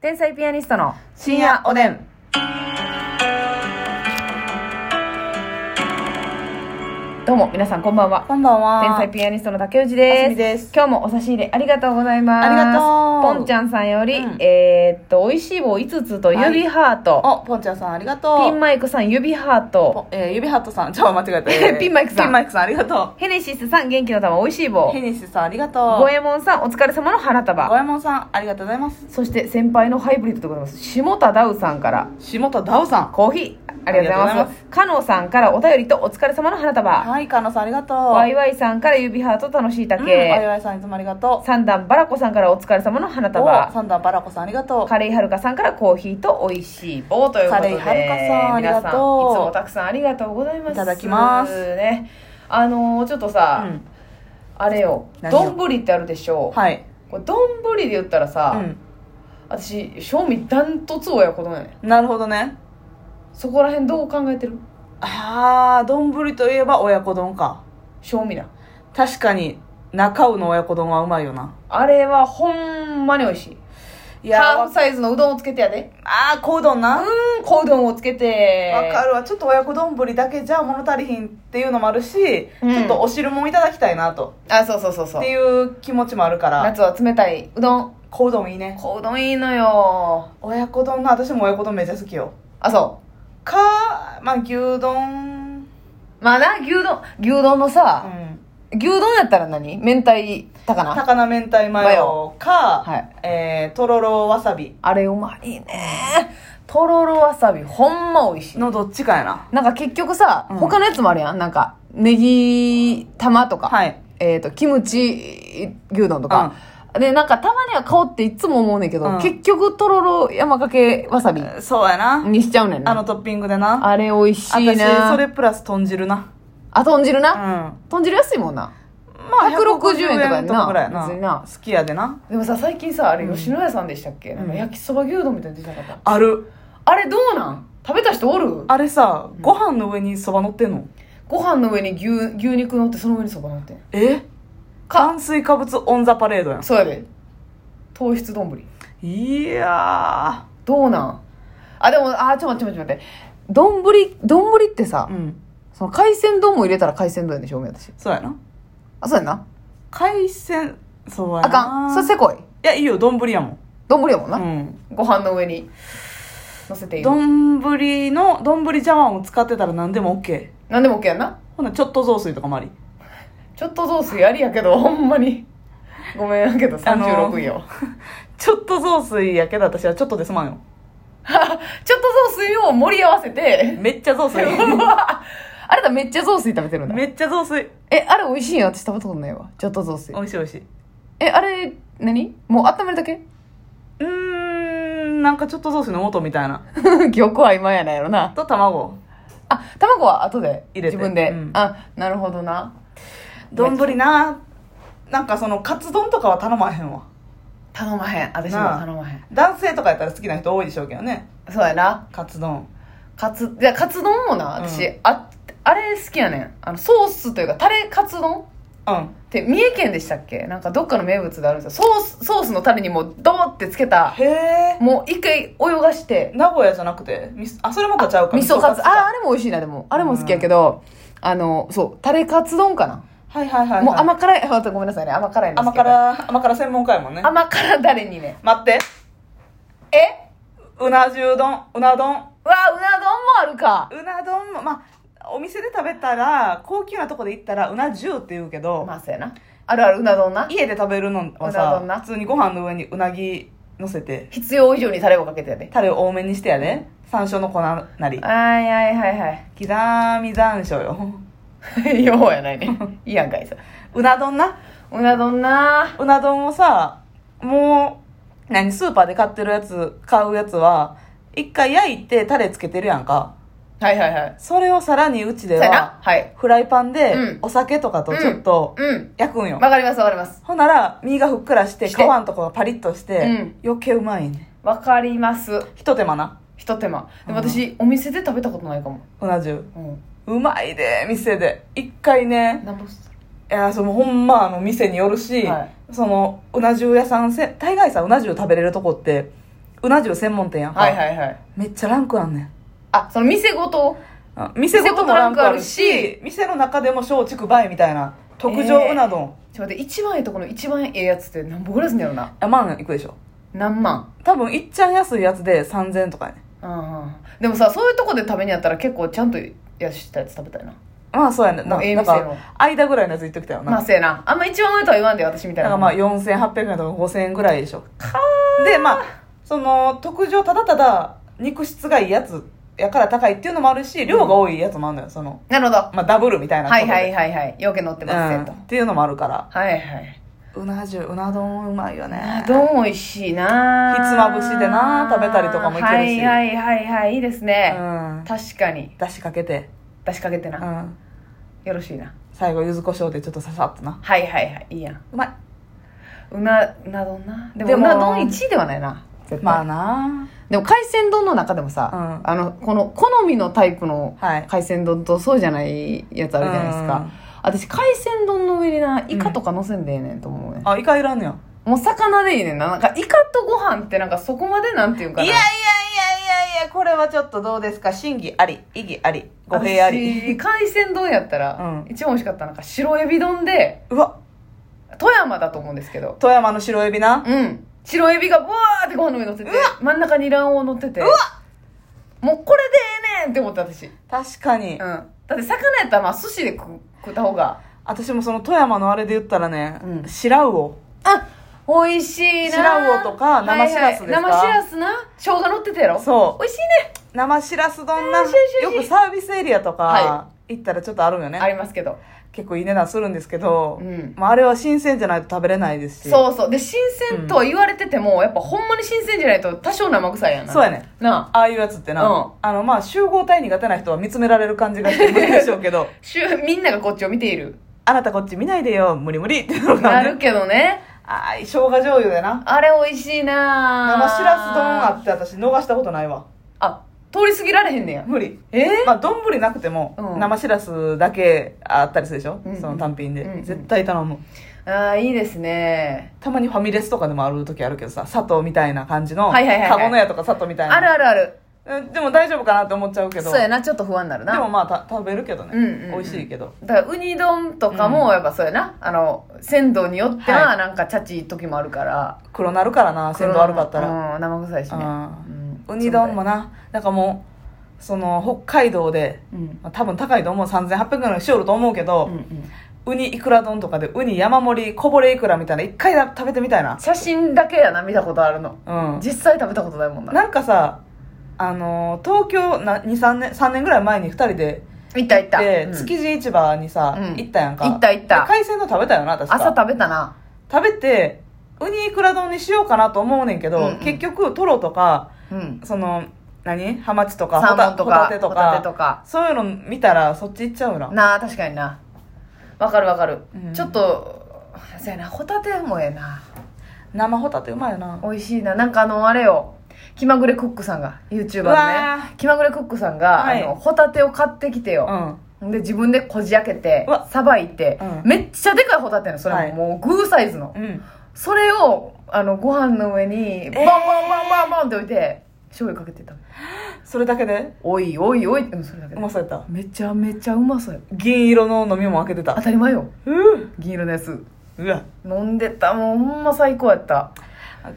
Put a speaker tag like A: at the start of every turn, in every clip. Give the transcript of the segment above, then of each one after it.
A: 天才ピアニストの
B: 深夜おでん。
A: どうも皆さんこんばんは
B: こんばんは。
A: 天才ピアニストの竹内で
B: あす
A: す
B: みです
A: 今日もお差し入れありがとうございます
B: ありがとう
A: ポンちゃんさんより、
B: うん
A: えーっと美味しい棒5つと指ハート、
B: お、ポンちゃんさんありがとう。
A: ピンマイクさん指ハート
B: ポえー、指ハットさん。ちょ、間違えた。えー
A: ピンマイクさん
B: ピンマイクさんありがと。
A: ヘネシスさん元気の玉美味しいう棒
B: ヘニシさんありがとう。
A: 五右衛門さんお疲れ様の花
B: ご
A: 束
B: えもんさんありがとうございます。
A: そして先輩のハイブリッドでございます下田ダウさんから
B: 下田ダオさん。
A: コーヒーありがとうござい
B: ありがとうござい
A: ま
B: ます
A: かのさんからお便りとお疲れ様の花束
B: はい、カノさんありがとう。
A: ワイワイさんから指ハート楽しい
B: うんワイ
A: 竹
B: ワイさんいつもありがと
A: 三段バラコさんからお疲れ様の花
B: う。お、
A: 束
B: サンダーバラコさんありがとう。
A: カレイはるかさんからコーヒーと美味しい棒ということで
B: カレイはるかさんありがと
A: 皆さ
B: う
A: んいつもたくさんありがとうございます
B: いただきます
A: ねあのーちょっと
B: う
A: さ、
B: ん。
A: あれよ
B: 何よ
A: 丼ってあるでしょう、
B: はい。
A: これ丼で言ったらさ、
B: う
A: 私賞味ダントツ親子丼やね
B: ん。なるほどね。
A: そこら辺どう考えてる
B: あー、丼といえば親子丼か。
A: 賞味な
B: 確かに、中尾の親子丼はうまいよな。
A: あれはほんまに美味しい
B: い
A: ハー
B: や
A: フ、サイズのうどんをつけてやで
B: あー、小うどんな。
A: うん小うどんをつけて
B: わかるわちょっと親子丼だけじゃ物足りひんっていうのもあるし、
A: うん
B: ちょっとお汁もいただきたいなと
A: あそうそうそうそ
B: っ
A: う
B: ていう気持ちもあるから
A: 夏は冷たいうどん
B: 小うどんいいね
A: 小うどんいいのよ
B: 親子丼の私も親子丼めっちゃ好きよ
A: あそ
B: かまあ牛丼
A: うまあな牛丼牛丼の
B: う
A: さ、
B: ん
A: 牛丼やったら何明太高菜
B: 高菜明太マ
A: マ
B: ヨ
A: ヨ
B: か、
A: はい
B: えーとろろわさび
A: あれうまいねとろろわさびほんま美味しい
B: のどっちかやな
A: なんか結局さ、
B: うん
A: 他のやつもあるやんなんかネギ玉とか、
B: はい
A: えっ、と、キムチ牛丼とか。で、なんかたまには顔っていつも思うねんけど、
B: うん
A: 結局とろろ山かけわさび
B: そうやな、
A: にしちゃうねんな。あ
B: あのトッピングでな
A: れ美味しいね。
B: 私それプラス豚汁な
A: あ、豚汁
B: うん
A: な、
B: ま
A: 豚汁安いもんな。
B: あ
A: 160円とかやな
B: 160ぐらいや
A: 別に
B: な
A: な
B: 好きやでな
A: でもさ、最近さ、あれ
B: うん
A: 吉野家さんでしたっけ、なんか
B: うん
A: 焼きそば牛丼みたいなの出てなかった、
B: ある
A: あれどうなん食べた人おる
B: あれさ、ご飯の上にそば乗ってんの
A: ご飯の上に牛牛肉乗って、その上にそば乗ってん。
B: え炭水化物オンザパレードや
A: そうやで。糖質丼。
B: ん。いや
A: どうなんあ、でも、あ、ちょっと待って待って待って。丼、丼ってさ、
B: ー。うん。
A: その海鮮丼も入れたら海鮮丼やでしょ、お前私。
B: そうやな。
A: あ、そうやんな。
B: 海鮮、そうやな。
A: あかん。それせ
B: い
A: こい。
B: や、いいよ、丼やもん。
A: 丼やもんな。
B: うん。
A: ご飯の上に乗せている。
B: 丼の、丼茶碗を使ってたら何でも OK。
A: なんでも OK やんな。
B: ほな、ちょっと雑炊とかもあり。
A: ちょっと雑炊ありやけど、ほんまに。ごめんやけど、
B: あのー
A: 36位よ。
B: ちょっと雑炊やけど私はちょっとですまんよ。
A: ちょっと雑炊を盛り合わせて、
B: めっちゃ雑炊。
A: うわあれだ、めっちゃ雑炊食べてるんだ。
B: めっちゃ雑炊。
A: え、あれ美味しいよ。私食べたことないわ。ちょっと雑炊
B: 美。味しい美味しい。
A: え、あれ、何もう温めるだけ
B: うーん、なんかちょっと雑炊の素みたいな。
A: 記憶は今やないやろな。
B: と卵。
A: あ、卵は後で。
B: 入れて
A: 自分で。
B: うん
A: あ、なるほどな。
B: 丼ななんかそのカツ丼とかは頼まへんわ
A: 頼まへん。私も
B: なあ
A: 頼まへん。
B: 男性とかやったら好きな人多いでしょうけどね
A: そうやな。
B: カツ丼
A: カツいやカツ丼もな私、
B: うん
A: ああれ好きやねんあのソースというかタレカツ丼
B: うん
A: って三重県でしたっけなんかどっかの名物であるんですよソースソースのタレにもうドーってつけた
B: へえ
A: もう一回泳がして
B: 名古屋じゃなくてみそあそれまたちゃうか
A: 味噌カツああ
B: か
A: れも美味しいなでもあれも好きやけど、あのそうタレカツ丼かな、
B: はいはいはい、はい、
A: もう甘辛い あごめんなさいね甘辛いんです
B: 甘
A: けど
B: 辛甘辛専門家やもんね
A: 甘辛タレにね
B: 待って
A: え
B: うな重丼う
A: うわうな
B: な丼
A: 丼もあるか
B: うな丼もまあお店で食べたら高級なとこで行ったらうな重って言うけど、
A: まあそうやなあるあるうな丼な
B: 家で食べるのは
A: うな
B: さ
A: 丼な
B: 普通にご飯の上にうなぎ乗せて
A: 必要以上にタレをかけてやで
B: タレを多めにしてやで、山椒の粉なり
A: はいはいはいはい
B: 刻み山椒よ
A: ようやない ね。いいやんかいさ。
B: うな丼な
A: うな丼な
B: うな丼をさもう何スーパーで買ってるやつ買うやつは一回焼いてタレつけてるやんか
A: はいはいはい。
B: それをさらにうちで
A: そうやな
B: は
A: はい。
B: フライパン
A: うん
B: でお酒とかとちょっと
A: うん。
B: 焼 くんよ、
A: わかりますわかります。
B: ほんなら身がふっくらして皮
A: して
B: のとこがパリッとして、余計うまいね
A: わかります。
B: ひと手間な
A: ひと手間。でも
B: うん
A: 私、お店で食べたことないかも。
B: うな重
A: うん。
B: うまいで店で一回ね
A: なんぼす
B: いやそのほんまあの店によるし、
A: はい
B: そのうな重屋さんせ大概さうな重食べれるとこってうな重専門店やんか、
A: はいはいはい。
B: めっちゃランクあんねん
A: あ、その店ごと
B: あ店ごともランクあるし店の中でも松竹梅みたいな特上うな丼、
A: ちょっと待って、一番ええとこの一番ええやつって何本ぐらいすんだろうな。
B: あまあいくでしょ
A: 何万。
B: 多分いっちゃん安いやつで3000円とかやね
A: うん。でもさ、そういうとこで食べにやったら結構ちゃんとやしたやつ食べたいな。
B: まあそうやねな
A: もうええ
B: なん
A: 店の
B: か間ぐらいのやつ言っときたよな、
A: まあ、せやな。あんま一番上とは言わんで、私みたい
B: だか
A: な。
B: らまあ4800円とか5000円ぐらいでしょでまあその特上ただただ肉質がいいやつやから高いっていうのもあるし量が多いやつもあるのよその、
A: なるほど。は
B: まあ、ダブルみたいなこと
A: い
B: で
A: はいはいはい。ようけ乗ってます
B: う
A: よ
B: ん
A: と。
B: っていうのもあるから
A: はいはい。
B: うな重うな丼うまいよね
A: どん美味しいな
B: ひつまぶしでな食べたりとかもいけるし
A: はいはいはいはい。いいですね。
B: うん
A: 確かに。
B: だしかけて、
A: 出しかけてな。
B: うん、
A: よろしいな。
B: 最後柚子胡椒でちょっとささっとな
A: はいはいはい。いいやん。
B: うまいう
A: な、うな丼な。でも、
B: で
A: う
B: も
A: な丼1位ではないな。絶対
B: まあな
A: でも海鮮丼の中でもさ、
B: うん
A: あの、この好みのタイプの
B: はい
A: 海鮮丼とそうじゃないやつあるじゃないですか。
B: うん
A: 私、海鮮丼の上にな、イカとか乗せんでええねんと思うね。
B: あイカいらんのよ
A: もう魚でいいねんな。なんか、イカとご飯ってなんかそこまでなんていうんかな。
B: いやいやいやいやいやこれはちょっとどうですか審議あり異議あり語弊あり
A: 私海鮮丼やったら、
B: うん
A: 一番美味しかったのが白エビ丼で、
B: うわ
A: 富山だと思うんですけど、
B: 富山の白エビな
A: うん。白エビがブワーってご飯の上に乗ってて、真ん中に卵黄乗ってて、もうこれでええねんって思った私。
B: 確かに、
A: うん。だって魚やったらまあ寿司で食う食った方が。
B: 私もその富山のあれで言ったらね、
A: うん
B: 白魚
A: あ、美味しいな。
B: 白魚とか生しらすですか
A: はいはい生しらすな。生姜乗ってたやろ
B: そう
A: 美味しいね。
B: 生しらす丼な、
A: うんしゅしゅしゅ
B: よくサービスエリアとか
A: は
B: 行ったらちょっとあるんよね、
A: ありますけど。
B: 結構いい値段するんですけど、
A: うん
B: まあ、あれは新鮮じゃないと食べれないですし
A: そうそう。で、新鮮とは言われてても、やっぱほんまに新鮮じゃないと多少生臭いやんな。
B: そうやね
A: なあ。
B: ああいうやつってな、
A: うん
B: あのまあ集合体苦手な人は見つめられる感じがして無理でしょうけど
A: しゅみんながこっちを見ている。
B: あなたこっち見ないでよ無理無理っていうの
A: な
B: が、
A: る
B: ね、
A: けどね。
B: ああ生姜醤油でな
A: あれ美味しいな
B: 生しらす丼あって私逃したことないわ
A: あ、通り過ぎられへんねや。
B: 無理
A: えー
B: まあ丼なくても、
A: うん
B: 生しらすだけあったりするでしょ、
A: うん
B: その単品で、
A: うん
B: 絶対頼む
A: ああ、いいですね。
B: たまにファミレスとかでもある時あるけどさ佐藤みたいな感じの
A: はいはいはいはい
B: 鴨の屋とか佐藤みたいな
A: あるあるある。
B: うんでも大丈夫かなって思っちゃうけど
A: そうやな、ちょっと不安になるな。
B: でもまあた食べるけどね、
A: うんうんうん
B: 美味しいけど
A: だからウニ丼とかもやっぱそうやな、あの鮮度によって
B: は
A: はなんかチャチい時もあるから
B: 黒なるからな鮮度悪かったら、
A: うん、生臭いしね
B: あー
A: うん
B: ウニ丼もななんかもうその北海道で、
A: うん
B: まあ、多分高いと思う3800円ぐらいしよると思うけど
A: う、んうん
B: ウニイクラ丼とかでウニ山盛りこぼれイクラみたいな一回食べてみたいな
A: 写真だけやな見たことあるの
B: うん
A: 実際食べたことないもんな
B: なんかさあのー東京な23年3年ぐらい前に2人で
A: 行った行った、
B: で、
A: うん
B: 築地市場にさ、
A: うん
B: 行ったやんか
A: 行った行った
B: で海鮮丼食べたよな確か
A: 朝食べたな
B: 食べてウニイクラ丼にしようかなと思うねんけど、
A: うんうん
B: 結局トロとか
A: うん
B: その何ハマチとか
A: サーモンとか
B: ホタホタテとか
A: ホタテとか
B: そういうの見たらそっち行っちゃうな
A: なあ確かになわかるわかる、
B: うん
A: ちょっとそうやなホタテもええな
B: 生ホタテうまいよな
A: 美味しいななんかあのあれよ気まぐれクックさんが YouTuber
B: うわ
A: のね気まぐれクックさんが、
B: はい
A: あのホタテを買ってきてよ、
B: うん
A: で自分でこじ開けて
B: うわ
A: さばいて、
B: うん
A: めっちゃでかいホタテのそれも、
B: はい
A: もうグーサイズの、
B: うん
A: それをあのご飯の上にバンバンバンバンバンって置いて醤油かけてた
B: それだけで
A: おいおいおいうんそれだけ
B: う
A: だ
B: まそうやった
A: めちゃめちゃうまそうや
B: 銀色の飲み物開けて
A: 当
B: た
A: たり前よ
B: うー
A: 銀色のやつ
B: うわ
A: 飲んでたもうほんま最高やった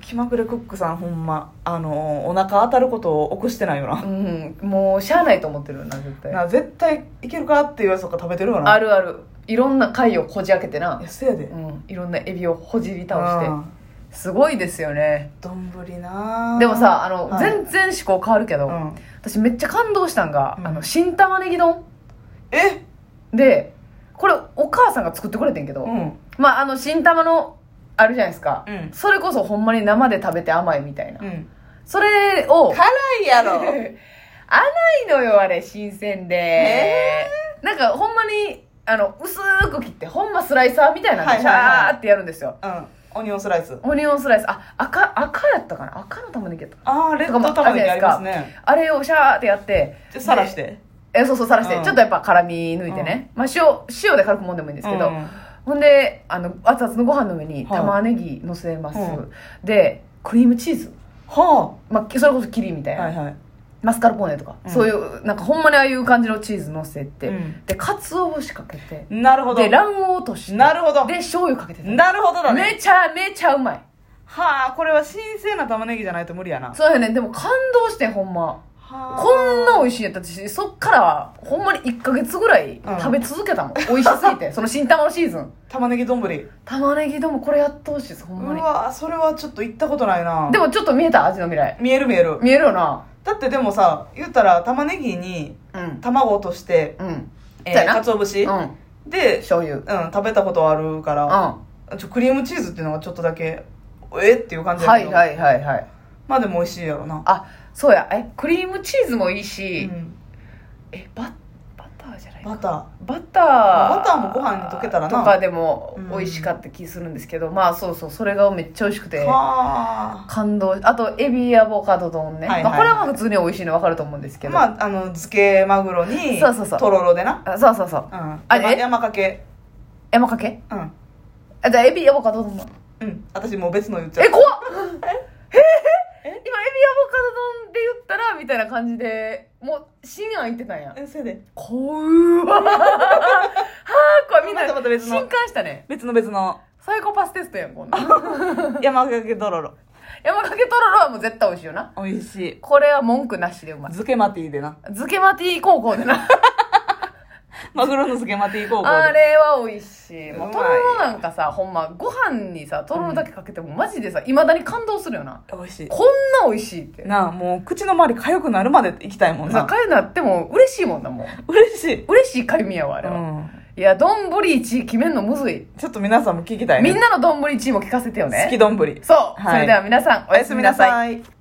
B: 気まぐれクックさんほんまあのお腹当たることを起こしてないよな,、
A: うんもうしゃあないと思ってるよな絶対
B: な絶対いけるかっていうやつとか食べてるよな
A: あるあるいろんな貝をこじ開けてな
B: るや、せやで
A: うん、いろんなエビをほじり倒
B: う
A: して
B: ん
A: すごいですよね
B: 丼な
A: でもさあの、
B: はい
A: 全然思考変わるけど、
B: うん
A: 私めっちゃ感動したんが、
B: うん
A: あの新玉ねぎ丼
B: え
A: でこれお母さんが作ってくれてんけど、
B: うん
A: まああの新玉のあるじゃないですか、
B: うん
A: それこそほんまに生で食べて甘いみたいな、
B: うん
A: それを
B: 辛いやろ
A: 甘いのよあれ新鮮で
B: へ
A: なんかほんまにあの薄く切ってほんまスライサーみたいなん
B: はい
A: でシ
B: はいはい
A: ャーってやるんですよ、
B: うんオニオンスライス
A: オニオンスライスあ赤赤やったかな赤の玉ねぎやったかな
B: ああレッド玉ねぎありますね
A: あれをシャーってやって
B: じゃさらして
A: えそうそうさらして、
B: うん
A: ちょっとやっぱ辛み抜いてね、まあ、塩塩で軽くもんでもいいんですけど、
B: うん
A: ほんであの熱々のご飯の上に
B: はい
A: 玉ねぎのせます、
B: うん
A: でクリームチーズ
B: は
A: まあ、それこそキリみたい
B: あ
A: な、
B: はいはい
A: マスカルポーネとか、
B: うん
A: そういうなんかほんまにああいう感じのチーズのせて、
B: うん
A: でかつお節かけて
B: なるほど
A: で卵黄として
B: なるほど
A: で醤油かけてた
B: なるほどだね
A: めちゃめちゃうまい
B: はあこれは新鮮な玉ねぎじゃないと無理やな
A: そうやねでも感動してんほんま
B: はあ
A: こんな美味しいんやったしそっからほんまに1か月ぐらい
B: うん
A: 食べ続けた もん、美味しすぎてその新玉のシーズン
B: 玉ねぎ丼ぶり
A: 玉ねぎでもこれやってほしいですほん
B: う
A: まに
B: わそれはちょっと行ったことないな
A: でもちょっと見えた味の未来
B: 見える見える
A: 見えるよな
B: だってでもさ言ったら玉ねぎに
A: うん
B: 卵落として、
A: うん
B: え
A: そうや
B: ー、
A: な
B: かつお節、
A: うん
B: で、
A: 醤油うん
B: うん、食べたことあるから、
A: は
B: ちょクリームチーズっていうのがちょっとだけえっていう感
A: い
B: じだ
A: は
B: け
A: い
B: ど、
A: はいはい
B: まあでも美味しいやろな、
A: あそうやえクリームチーズもいいうし、
B: ん、
A: えババターじゃない
B: バター
A: バター
B: バターもご飯に溶けたらな
A: とかでも美味しかった気するんですけど、まあそうそうそれがめっちゃ美味しくて
B: はあ
A: 感動あとエビアボカド丼ね、
B: はいはいは
A: まあ、
B: い
A: これはまあ普通に美味しいの分かると思うんですけど、
B: まああの漬けマグロに
A: そうそうそう
B: とろろでな、
A: あ、そうそうそう
B: うん、あ
A: あえ
B: 山かけ
A: 山かけ
B: うん
A: あじゃあエビアボカド丼だ
B: うん私もう別の言っちゃう
A: え怖 っええ今エビアボカド丼で言ったらみたいな感じでもう心安言ってたんや
B: えせやで
A: こうわはあこれみんな
B: またまた別の
A: 新刊したね
B: 別の別の
A: サイコパステストやんこんなん
B: 山かけとろろ
A: 山かけとろろはもう絶対美味しいよな
B: 美味しい
A: これは文句なしでうまい
B: 漬けマティでな
A: 漬けマティ高校でな
B: マグロの漬けマティ高校で
A: あれは美味しいもう
B: う
A: と
B: まい
A: ろろなんかさほんまご飯にさとろろだけかけてもマジでさいまだに感動するよな
B: 美味し
A: こんな美味しいって
B: いなあもう口の周り痒くなるまで行きたいもん
A: さ
B: な
A: かゆなっても嬉しいもんだもん
B: 嬉しい、
A: 嬉しいかゆみやわあ
B: う
A: れは、
B: ん、
A: いや丼1位決めんのむずい
B: ちょっと皆さんも聞きたい
A: みん
B: ね
A: なの丼1位も聞かせてよね
B: 好き丼ぶり
A: そう、
B: はい
A: それでは皆さんおやすみなさい
B: い